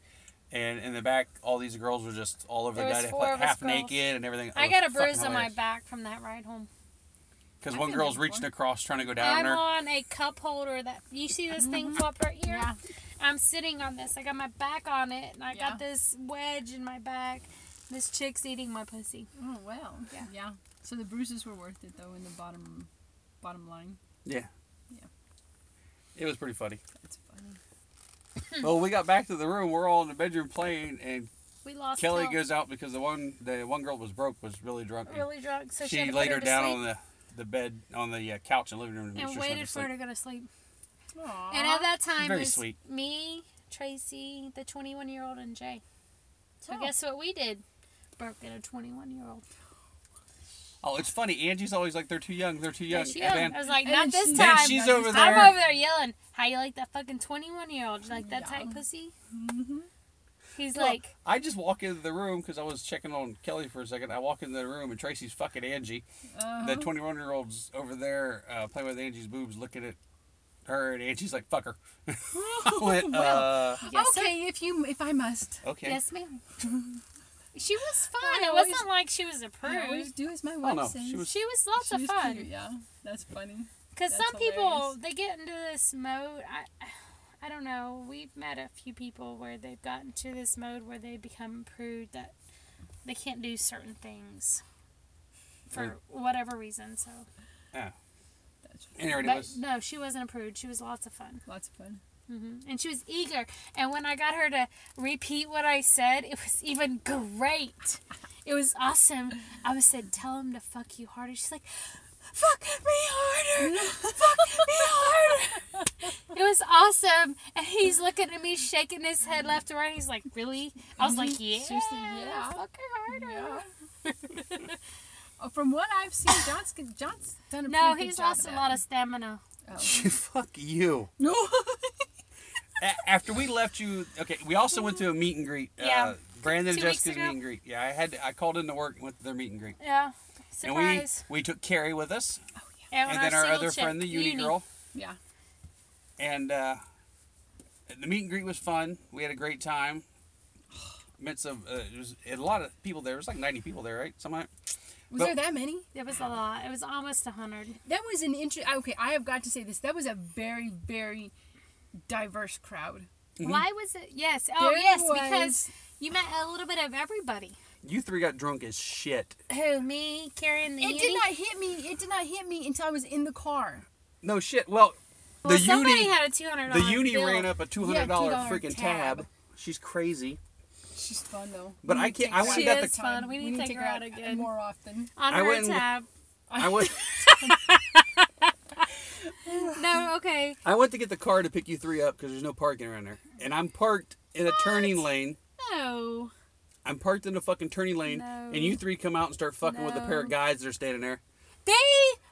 and in the back, all these girls were just all over There was the guy, four like of us half girls. naked and everything. i got a bruise on my back from that ride home because I've one been girl's there reaching before. across trying to go down on i'm her. on a cup holder that you see this thing flop right here Yeah. I'm sitting on this. I got my back on it, and I Yeah. got this wedge in my back. This chick's eating my pussy. Oh wow. Yeah. Yeah. So the bruises were worth it though in the bottom bottom line. Yeah. Yeah. It was pretty funny. That's funny. Hmm. well, we got back to the room. We're all in the bedroom playing, and We lost. Kelly count. goes out because the one the one girl that was broke was really drunk. and really drunk, so she, she had to laid put her, her to down sleep on the the bed on the uh, couch in the living room to make and sure she went waited to for her sleep. to go to sleep. Aww. And at that time, Very it was sweet. me, Tracy, the 21 year old, and Jay. So Oh. guess what we did? Broke in a 21 year old. Oh, it's funny. Angie's always like, "They're too young. They're too young." She And I was like, not this then time. she's over I'm there. over there yelling, "How you like that fucking 21 year old? You like that tight Yeah. pussy?" Mm-hmm. He's Well, like, I just walk into the room because I was checking on Kelly for a second. I walk into the room and Tracy's fucking Angie. Uh-huh. The 21 year old's over there uh, playing with Angie's boobs, looking at her, and Angie's like, "Fuck her." I went, uh, "Yes, sir. okay, if you if I must. okay. yes, ma'am." she was fun. I it always- wasn't like she was I always approved. do as my Oh, wife no, says. she was- She was lots She of was fun. cute, Yeah. That's funny. Because That's some people hilarious. they get into this mode. I, I don't know. We've met a few people where they've gotten to this mode where they become prude that they can't do certain things for whatever reason. So, That's Anyway, it but was no, she wasn't a prude. She was lots of fun, lots of fun. hmm and she was eager. And when I got her to repeat what I said, it was even great. It was awesome. I was said, "Tell him to fuck you harder." She's like, "Fuck me harder." It was awesome. And he's looking at me, shaking his head left to right. He's like, Really? I was like, Yeah. Mm-hmm. Seriously, yeah. Fuck her harder. Yeah. oh, from what I've seen, John's good- John's done a No, pretty good he's job lost a lot of stamina. fuck you. No. A- after we left you, okay, we also went to a meet and greet. Yeah. Uh, Brandon and Two weeks Jessica's ago. meet and greet. Yeah, I had to, I called into work and went to their meet and greet. Yeah. And Surprise. Oh, we we took Carrie with us, And, and when then our single other chick, friend, the uni, girl, yeah. and uh, the meet and greet was fun. We had a great time. Midst of uh, it was a lot of people there. It was like ninety people there, right? Something. Was But- there that many? It was a lot. It was almost a 100. That was an interest. Okay, I have got to say this. That was a very, very diverse crowd. Why was it? Yes. Oh, There yes. was- Because you met a little bit of everybody. You three got drunk as shit. Who? Me, Karen, the It uni? did not hit me. It did not hit me until I was in the car. No shit. Well, Well, the somebody uni had a $200 the uni bill. ran up a two hundred dollar $2 freaking tab. tab. She's crazy. She's fun though. But We I need to can't- I take her went- She got the is fun. We need to take her out again. more often. On I her wouldn't- tab. I went. No, okay. I went to get the car to pick you three up because there's no parking around there, and I'm parked in a turning lane. No. I'm parked in a fucking turning lane, No. and you three come out and start fucking with a pair of No. guys that are standing there. They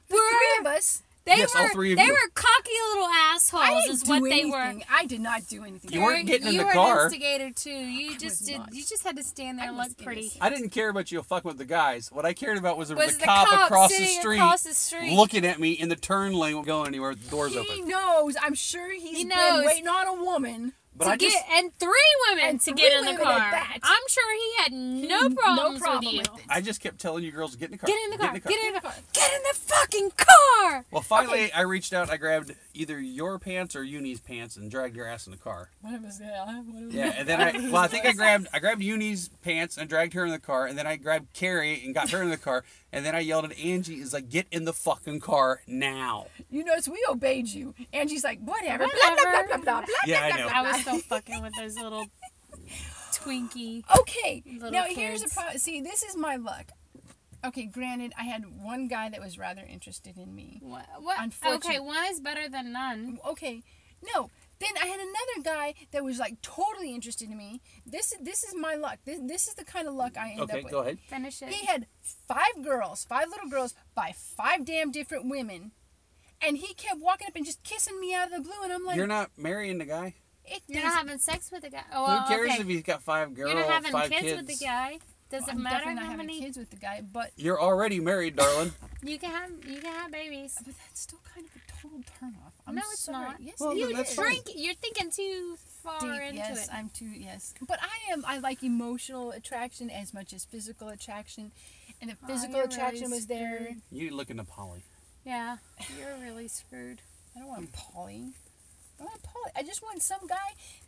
The three of were us. they Yes, were all three of they you. were cocky little assholes I didn't is do what anything. they were. I did not do anything. You Karen, weren't getting in you the were an car. Investigator too. You just was did. not. You just had to stand there I and was look pretty. innocent. I didn't care about you fucking with the guys. What I cared about was there was, Was a the cop, cop across, the sitting street across the street. looking at me in the turn lane, won't go anywhere. The door's He open. knows. I'm sure he's He knows. been waiting on a woman. But to I get just and three women And to three get in the women car. at that. I'm sure he had no no problems problem with you. with it. I just kept telling you girls to get in the car. Get in the car. Get in the Get in the car. car. Get in the fucking car. Well, finally, I reached out. I grabbed either your pants or Uni's pants and dragged your ass in the car. One of us. Yeah. One of us. Yeah, and then I well, I think I grabbed I grabbed Uni's pants and dragged her in the car, and then I grabbed Carrie and got her in the car, and then I yelled at Angie, "Is like get in the fucking car now!" You notice we obeyed you. And she's like, whatever. Blah, blah, Whatever. blah, blah, blah, blah. Yeah, I know. I was so fucking with those little Twinkie. Okay. Little now here's a kids. problem. See, this is my luck. Okay, granted, I had one guy that was rather interested in me. What? what? Unfortunate- Okay, one is better than none. Okay, no. Then I had another guy that was like totally interested in me. This this is my luck. This, this is the kind of luck I end Okay, up with. go ahead. Finish it. He had five girls, five little girls by five damn different women. And he kept walking up and just kissing me out of the blue, and I'm like, You're not marrying the guy. it You're does- not having sex with a guy. Oh, well, Who cares okay. if he's got five girls, You're not having five kids, kids? with the guy. Does it I'm matter definitely not how having many kids with the guy, but You're already married, darling. you can have? You can have babies. but that's still kind of a total turnoff. I'm no, it's sorry. not. Yes, Well, it then you that's is. fine. drink. You're thinking too far deep. into yes, it. I'm too. Yes, but I am. I like emotional attraction as much as physical attraction, and the Oh, physical you're really attraction was there. screwed. you need to look into Polly. yeah, you're really screwed. I don't want Polly. I want to pull it. I just want some guy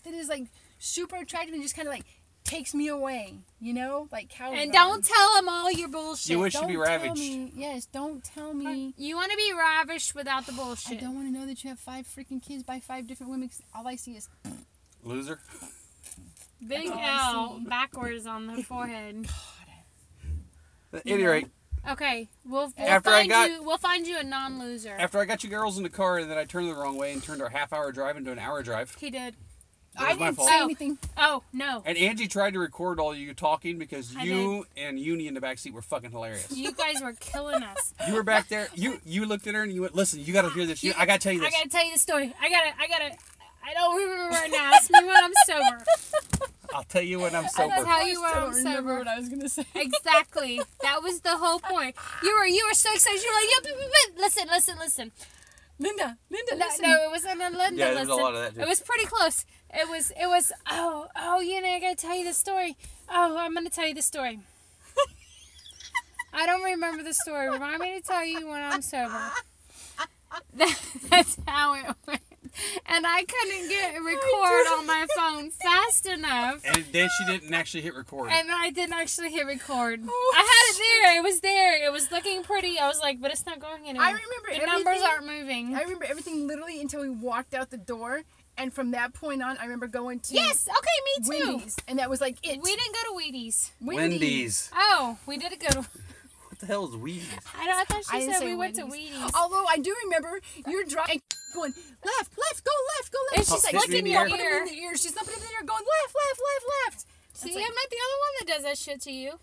that is like super attractive and just kind of like takes me away, you know, like how. And don't tell them all your bullshit. You wish to don't be tell ravaged. me- yes, don't tell me. You want to be ravished without the I bullshit. don't want to know that you have five freaking kids by five different women. 'cause all I see is Loser. Big That's all I L see. backwards on the forehead. At any rate, Okay, we'll, we'll After I find got- you. We'll find you a non-loser. after I got you girls in the car and then I turned the wrong way and turned our half hour drive into an hour drive, he did. that I was my didn't fault. say Oh. anything. Oh no, And Angie tried to record all you talking because I you and Uni in the backseat were fucking hilarious. you guys were killing us. You were back there. You you looked at her and you went, "Listen, you got to hear this. You, I got to tell you I this." gotta tell you the story. I gotta. I gotta. I don't remember right now. Ask me when I'm sober. I'll tell you when I'm That's sober. how you were. I I'm don't remember sober. what I was gonna say. Exactly. That was the whole point. You were. You were so excited. You were like, yeah, but- but- but- listen, listen, listen. Linda, Linda, No, listen. no, it wasn't a Linda. Yeah, there was a listen. lot of that, too. It was pretty close. It was. It was. Oh, oh, you know, I gotta tell you the story. Oh, I'm gonna tell you the story. I don't remember the story. Remind me to tell you when I'm sober. That, that's how it went. And I couldn't get record on my phone fast enough. And then she didn't actually hit record. And I didn't actually hit record. Oh, I had it there. It was there. It was looking pretty. I was like, but it's not going anywhere. I remember the numbers everything. aren't moving. I remember everything literally until we walked out the door, and from that point on, I remember going to yes. Okay. Me too. Wendy's, and that was like it. We didn't go to Wheaties. Wendy's. Oh, we did go to. What the hell is Wendy's? I, don't, I thought she I didn't said say we went to Wendy's. Wheaties. Oh, Although I do remember you're driving, going left, left, go left, go left. And she's like, Hit me in the ear. bumping him in the ear. She's bumping him in the ear, going left, left, left, left. See, like- I'm not the only one that does that shit to you.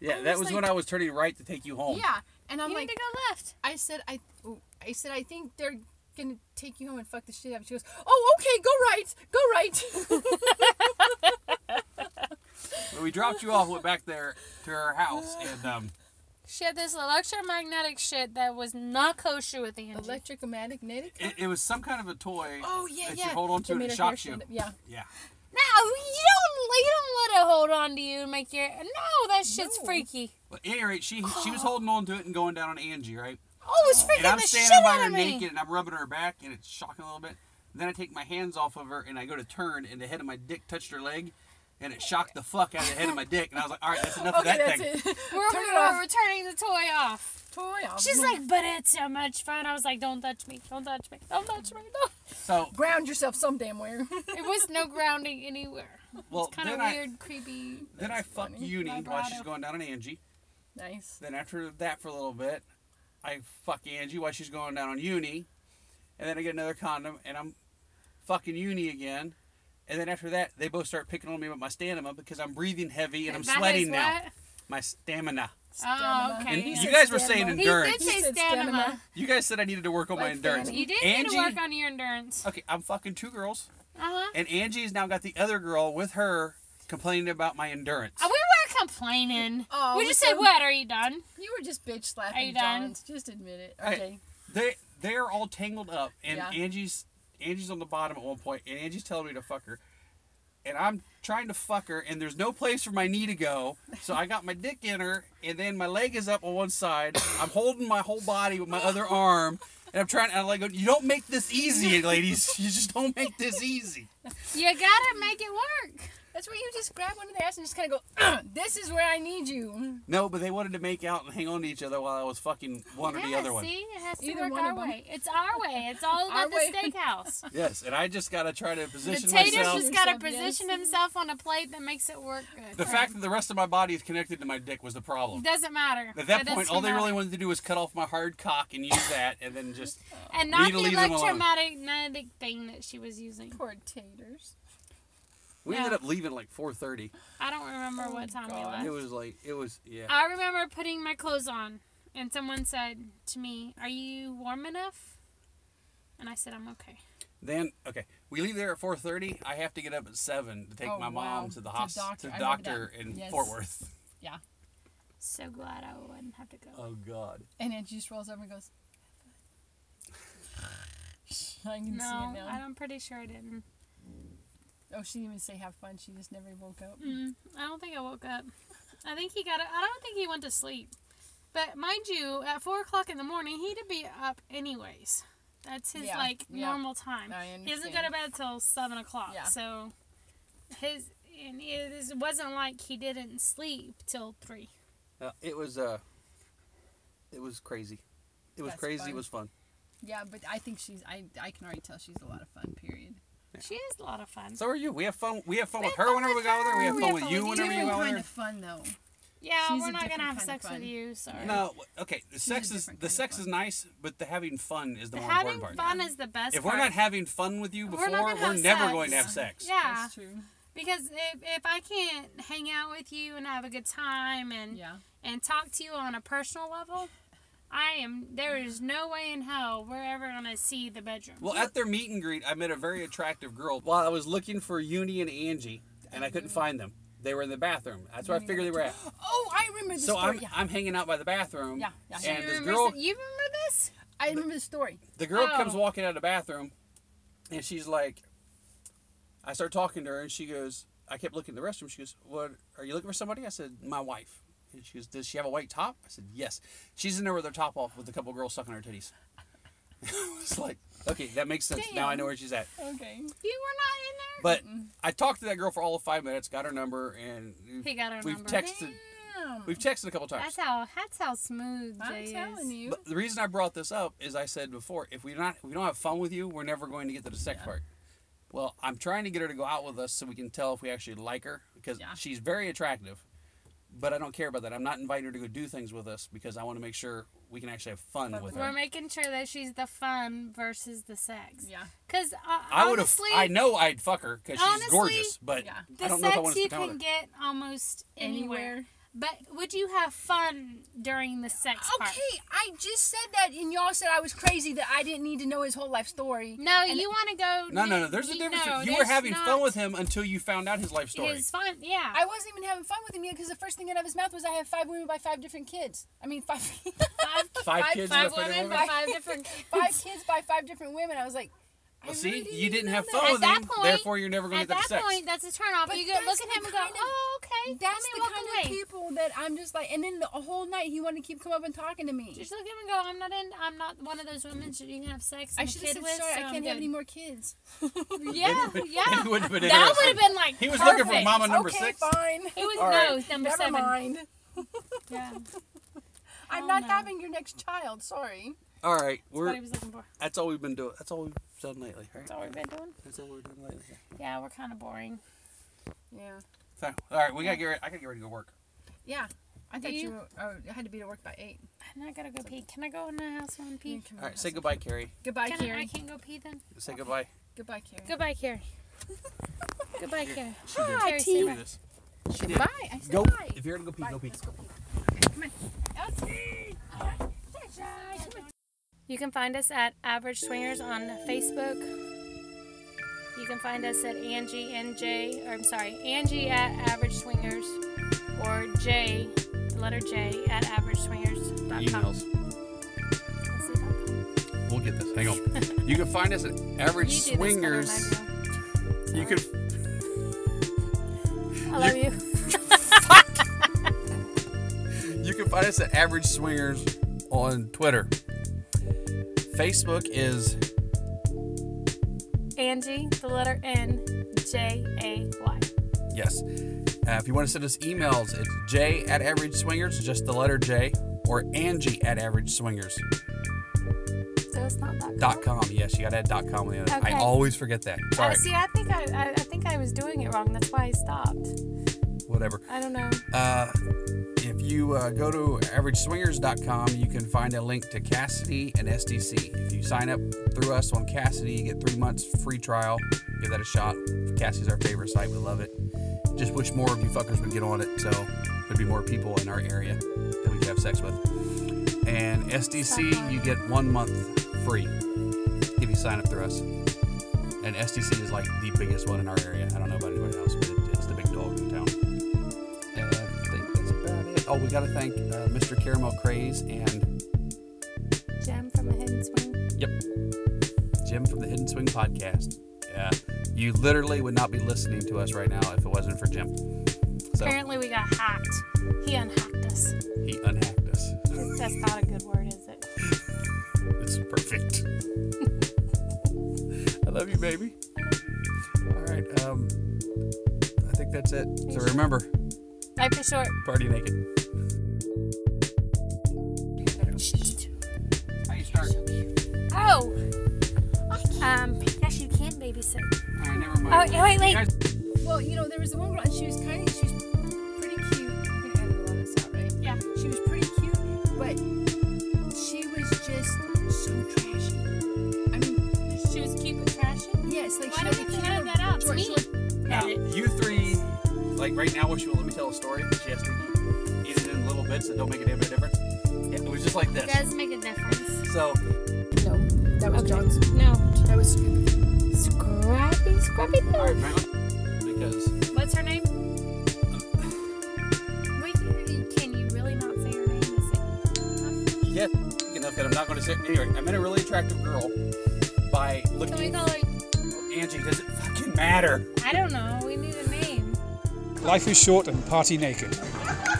Yeah, I'm that just was like- when I was turning right to take you home. Yeah, and I'm you like, need to go left. I said, I, ooh, I said, I think they're gonna take you home and fuck the shit up. She goes, oh, okay, go right, go right. But we dropped you off, went back there to her house, and um, She had this electromagnetic shit that was not kosher with Angie. Electromatic, magnetic. it, it was some kind of a toy. Oh yeah, that yeah. you hold on That to and made it her hair shocks you. stand up. Yeah. Yeah. no, you don't. You don't let it hold on to you and make your. No, that shit's No. freaky. But at any rate, she she was holding on to it and going down on Angie, right? Oh, it's freaking And I'm the standing shit by out her of me. naked and I'm rubbing her back and it's shocking a little bit. Then I take my hands off of her and I go to turn and the head of my dick touched her leg and it shocked the fuck out of the head of my dick and I was like, all right, that's enough of Okay, that that's thing. it. We're, Turn it we're off. returning the toy off. Toy off. She's like, but it's so much fun. I was like, don't touch me. Don't touch me. Don't touch me. Don't. So, ground yourself some damn where. It was no grounding anywhere. well, It's kind then of I, weird, creepy. then I fuck funny. Uni while she's Vibrato. going down on Angie. nice. Then after that for a little bit, I fuck Angie while she's going down on uni, and then I get another condom and I'm fucking uni again. And then after that, they both start picking on me about my stamina because I'm breathing heavy and I'm That is sweating now. what- My stamina. Oh, Stamina. okay. And He you said guys were saying stamina. He He endurance. did say He said stamina. stamina. You guys said I needed to work on my Like endurance. Fanny. You did need Angie, to work on your endurance. Uh Okay, I'm fucking two girls, huh. and Angie's now got the other girl with her complaining about my endurance. Uh, We were complaining. Oh, we we just said, were- "What are you done?" You were just bitch Are you slapping done? Johns. Just admit it. Hey. Okay. They they're all tangled up, and Yeah. Angie's Angie's on the bottom at one point, and Angie's telling me to fuck her, and I'm trying to fuck her, and there's no place for my knee to go, so I got my dick in her, and then my leg is up on one side. I'm holding my whole body with my other arm, and I'm trying. And I'm like, you don't make this easy, ladies. You just don't make this easy. You gotta make it work. That's where you just grab one of their ass and just kind of go, "Uh, this is where I need you. No, but they wanted to make out and hang on to each other while I was fucking one or the Yeah, other one. See, it has to Either work one our of 'em. way. It's our way. It's all Our about the way. steakhouse. Yes, and I just gotta try to the position tater's myself. just gotta Yourself, yes. position himself on a plate that makes it work good. The fact that the rest of my body is connected to my dick was the problem. It doesn't matter. At that It point, doesn't all they really matter. wanted to do was cut off my hard cock and use that, and then just and not need the to leave them alone. electromagnetic thing that she was using. Poor taters. we Yeah. ended up leaving at like 4:30. I don't remember what time we God. left. Uh, It was like it was yeah. I remember putting my clothes on, and someone said to me, "Are you warm enough?" And I said, "I'm okay." then okay, we leave there at 4:30. I have to get up at seven to take Oh, my wow. mom to To the hospital doctor. to the I remember doctor that. in Yes. Fort Worth. So glad I wouldn't have to go. Oh God. And then she just rolls over and goes, I can no, see it now. I'm pretty sure I didn't. Oh, she didn't even say have fun. She just never woke up. Mm, I don't think I woke up. I think he got. A, I don't think he went to sleep. But mind you, at four o'clock in the morning, he'd be up anyways. That's his Yeah, like yeah. normal time. I He doesn't go to understand. bed till seven o'clock. Yeah. So his and it is- it wasn't like he didn't sleep till three. Uh, it was uh, it was crazy. It was That's crazy. fun. It was fun. Yeah, but I think she's. I I can already tell she's a lot of fun. Period. She is a lot of fun. So are you? We have fun. We have fun with We have her fun whenever we with go with her. We her. have We fun have with fun you with whenever you Different go kind with of fun though. yeah, she's a we're not different gonna have kind of sex fun. with you. Sorry. her. No, okay. The sex is different the kind of sex fun. is nice, but the having fun is the The more having important part. fun is the best. if we're part. not having fun with you We're before, not we're, gonna have never sex. going to have sex. yeah, That's true. because if, if I can't hang out with you and have a good time and Yeah. and talk to you on a personal level, I am. There is no way in hell we're ever gonna see the bedroom. Well, at their meet and greet, I met a very attractive girl while I was looking for Uni and Angie, and I couldn't Mm-hmm. find them. They were in the bathroom. That's where I figured they were at. Oh, I remember the So story. I'm, yeah. I'm hanging out by the bathroom, Yeah, yeah. Do you and this remember girl s- you remember this? I remember the story. The girl Oh. comes walking out of the bathroom, and she's like, I start talking to her, and she goes, I kept looking at the restroom. She goes, What are you looking for somebody? I said, My wife. And she goes, Does she have a white top? I said, Yes. She's in there with her top off with a couple girls sucking her titties. it's like, okay, that makes sense. Now I know where she's at. Okay. You were not But I talked to that girl for all of five minutes, got her number, and He got her we've number. texted. Damn. We've texted a couple in there. times. That's how. That's how smooth. I'm Jay telling is. you. But the reason I brought this up is I said before, if we not if we don't have fun with you, we're never going to get to the sex part. Well, I'm trying to get her to go out with us so we can tell if we actually like her because Yeah. she's very attractive. But I don't care about that. I'm not inviting her to go do things with us because I want to make sure we can actually have fun with We're her. making sure that she's the fun versus the sex. yeah. Because uh, I would have. honestly, I know I'd fuck her because honestly, she's gorgeous, but yeah. I the don't know if I sex want to you spend time can with her. get almost anywhere. Anywhere. But would you have fun during the sex part? Okay, I just said that, and y'all said I was crazy that I didn't need to know his whole life story. No, you want to go. No, no, n- no. There's a you- difference. no, you were there's having not- fun with him until you found out his life story. It's fun. Yeah. I wasn't even having fun with him yet because the first thing out of his mouth was I have five women by five different kids. I mean, five, five, Five kids five with a women, woman. but five different. five kids by five different women. I was like, I Well, see, really you didn't have know fun At with that him, point- therefore you're never going At to get that to the sex. point, that's a turn off. But You go look that's at him the and go, kind of- oh, okay. That's Let me the walk kind away. of people that I'm just like, and then the whole night he wanted to keep come up and talking to me. Just look at him and go, I'm not in. I'm not one of those women that you can have sex. I and a should have kid said with, sorry. so I I'm can't have good." any more kids. Yeah, Then he would- then yeah. he wouldn't That have been interested. would have been like. He was perfect. looking for mama number okay, six. fine. It was All no right. it was number Never seven. mind. Yeah, I'm Oh, not no. having your next child. Sorry. All right, what we're he was looking for. that's all we've been doing. That's all we've done lately, right? That's all we've been doing. That's all we've done lately. Yeah, we're kind of boring. Yeah. So, all right, we gotta get. Ready, I gotta get ready to go work. Yeah. I thought you- you, were, oh, I had to be to work by eight. And I gotta go pee. Can I go in the house and You pee? can come All in right, the say house. goodbye, Carrie. goodbye, Can I, I Carrie. can't go pee then. Say goodbye. Goodbye, Carrie. Goodbye, Carrie. Goodbye, Carrie. She did. Carrie, She say did bye. this. She did. Bye. I said Go. bye. If you're gonna go pee, go pee. You can find us at Average Swingers on Facebook. You can find us at Angie NJ, or I'm sorry, Angie at Average Swingers, or J, the letter J at AverageSwingers.com. Emails. We'll get this. Hang on. you can find us at Average You do Swingers. This better you can. than I, do. I love you. You can find us at Average Swingers on Twitter. Facebook is Angie, the letter N, J A Y. Yes. Uh, if you want to send us emails, it's j at average swingers, just the letter J, or Angie at average swingers.com. So it's not that. Yes, you got to add dot .com on the other. Okay. I always forget that. Oh, Sorry. see, I think I, I, I think I was doing it wrong. That's why I stopped. Whatever. I don't know. Uh, if you uh, go to averageswingers.com, you can find a link to Cassidy and SDC. If you sign up through us on Cassidy, you get three months free trial. Give that a shot. Cassidy's our favorite site. We love it. Just wish more of you fuckers would get on it so there'd be more people in our area that we could have sex with. And SDC, you get one month free if you sign up through us. And SDC is like the biggest one in our area. I don't know about anybody else, but it, it's the big dog in town. And I think that's about it. Oh, we got to thank uh, Mr. Caramel Craze and Jam from a hidden swing. Jim from the Hidden Swing Podcast. Yeah, you literally would not be listening to us right now if it wasn't for Jim. So Apparently, we got hacked. He unhacked us. he unhacked us. That's not a good word, is it? It's perfect. Love you, baby. All right. Um, I think that's it. So remember, Life is short. party naked. How you start? Oh. Um, gosh, you can't babysit. All right, never Oh, mind. wait, wait. You guys- Well, you know, there was the one girl, and she was kind of, she was pretty cute. We're gonna end all this out, right? Yeah. She was pretty cute, but she was just so trashy. I mean, She was cute but trashy. yes, like Why she had don't a you cute have that out? It's short, me. short- Now, you three, like right now, what she will let me tell a story. She has to eat it in little bits that don't make a damn bit of difference. Yeah, it was just like It this. does make a difference. So No, that was Okay. John's. No. That was Scrappy, scrappy. all right, Madeline, because What's her name? Wait, can you really not say her name? Is it? yes, enough that I'm not going to say anyway. I met a really attractive girl by Can we looking. call her? Angie, does it fucking matter? I don't know. We need a name. Life is short and party naked.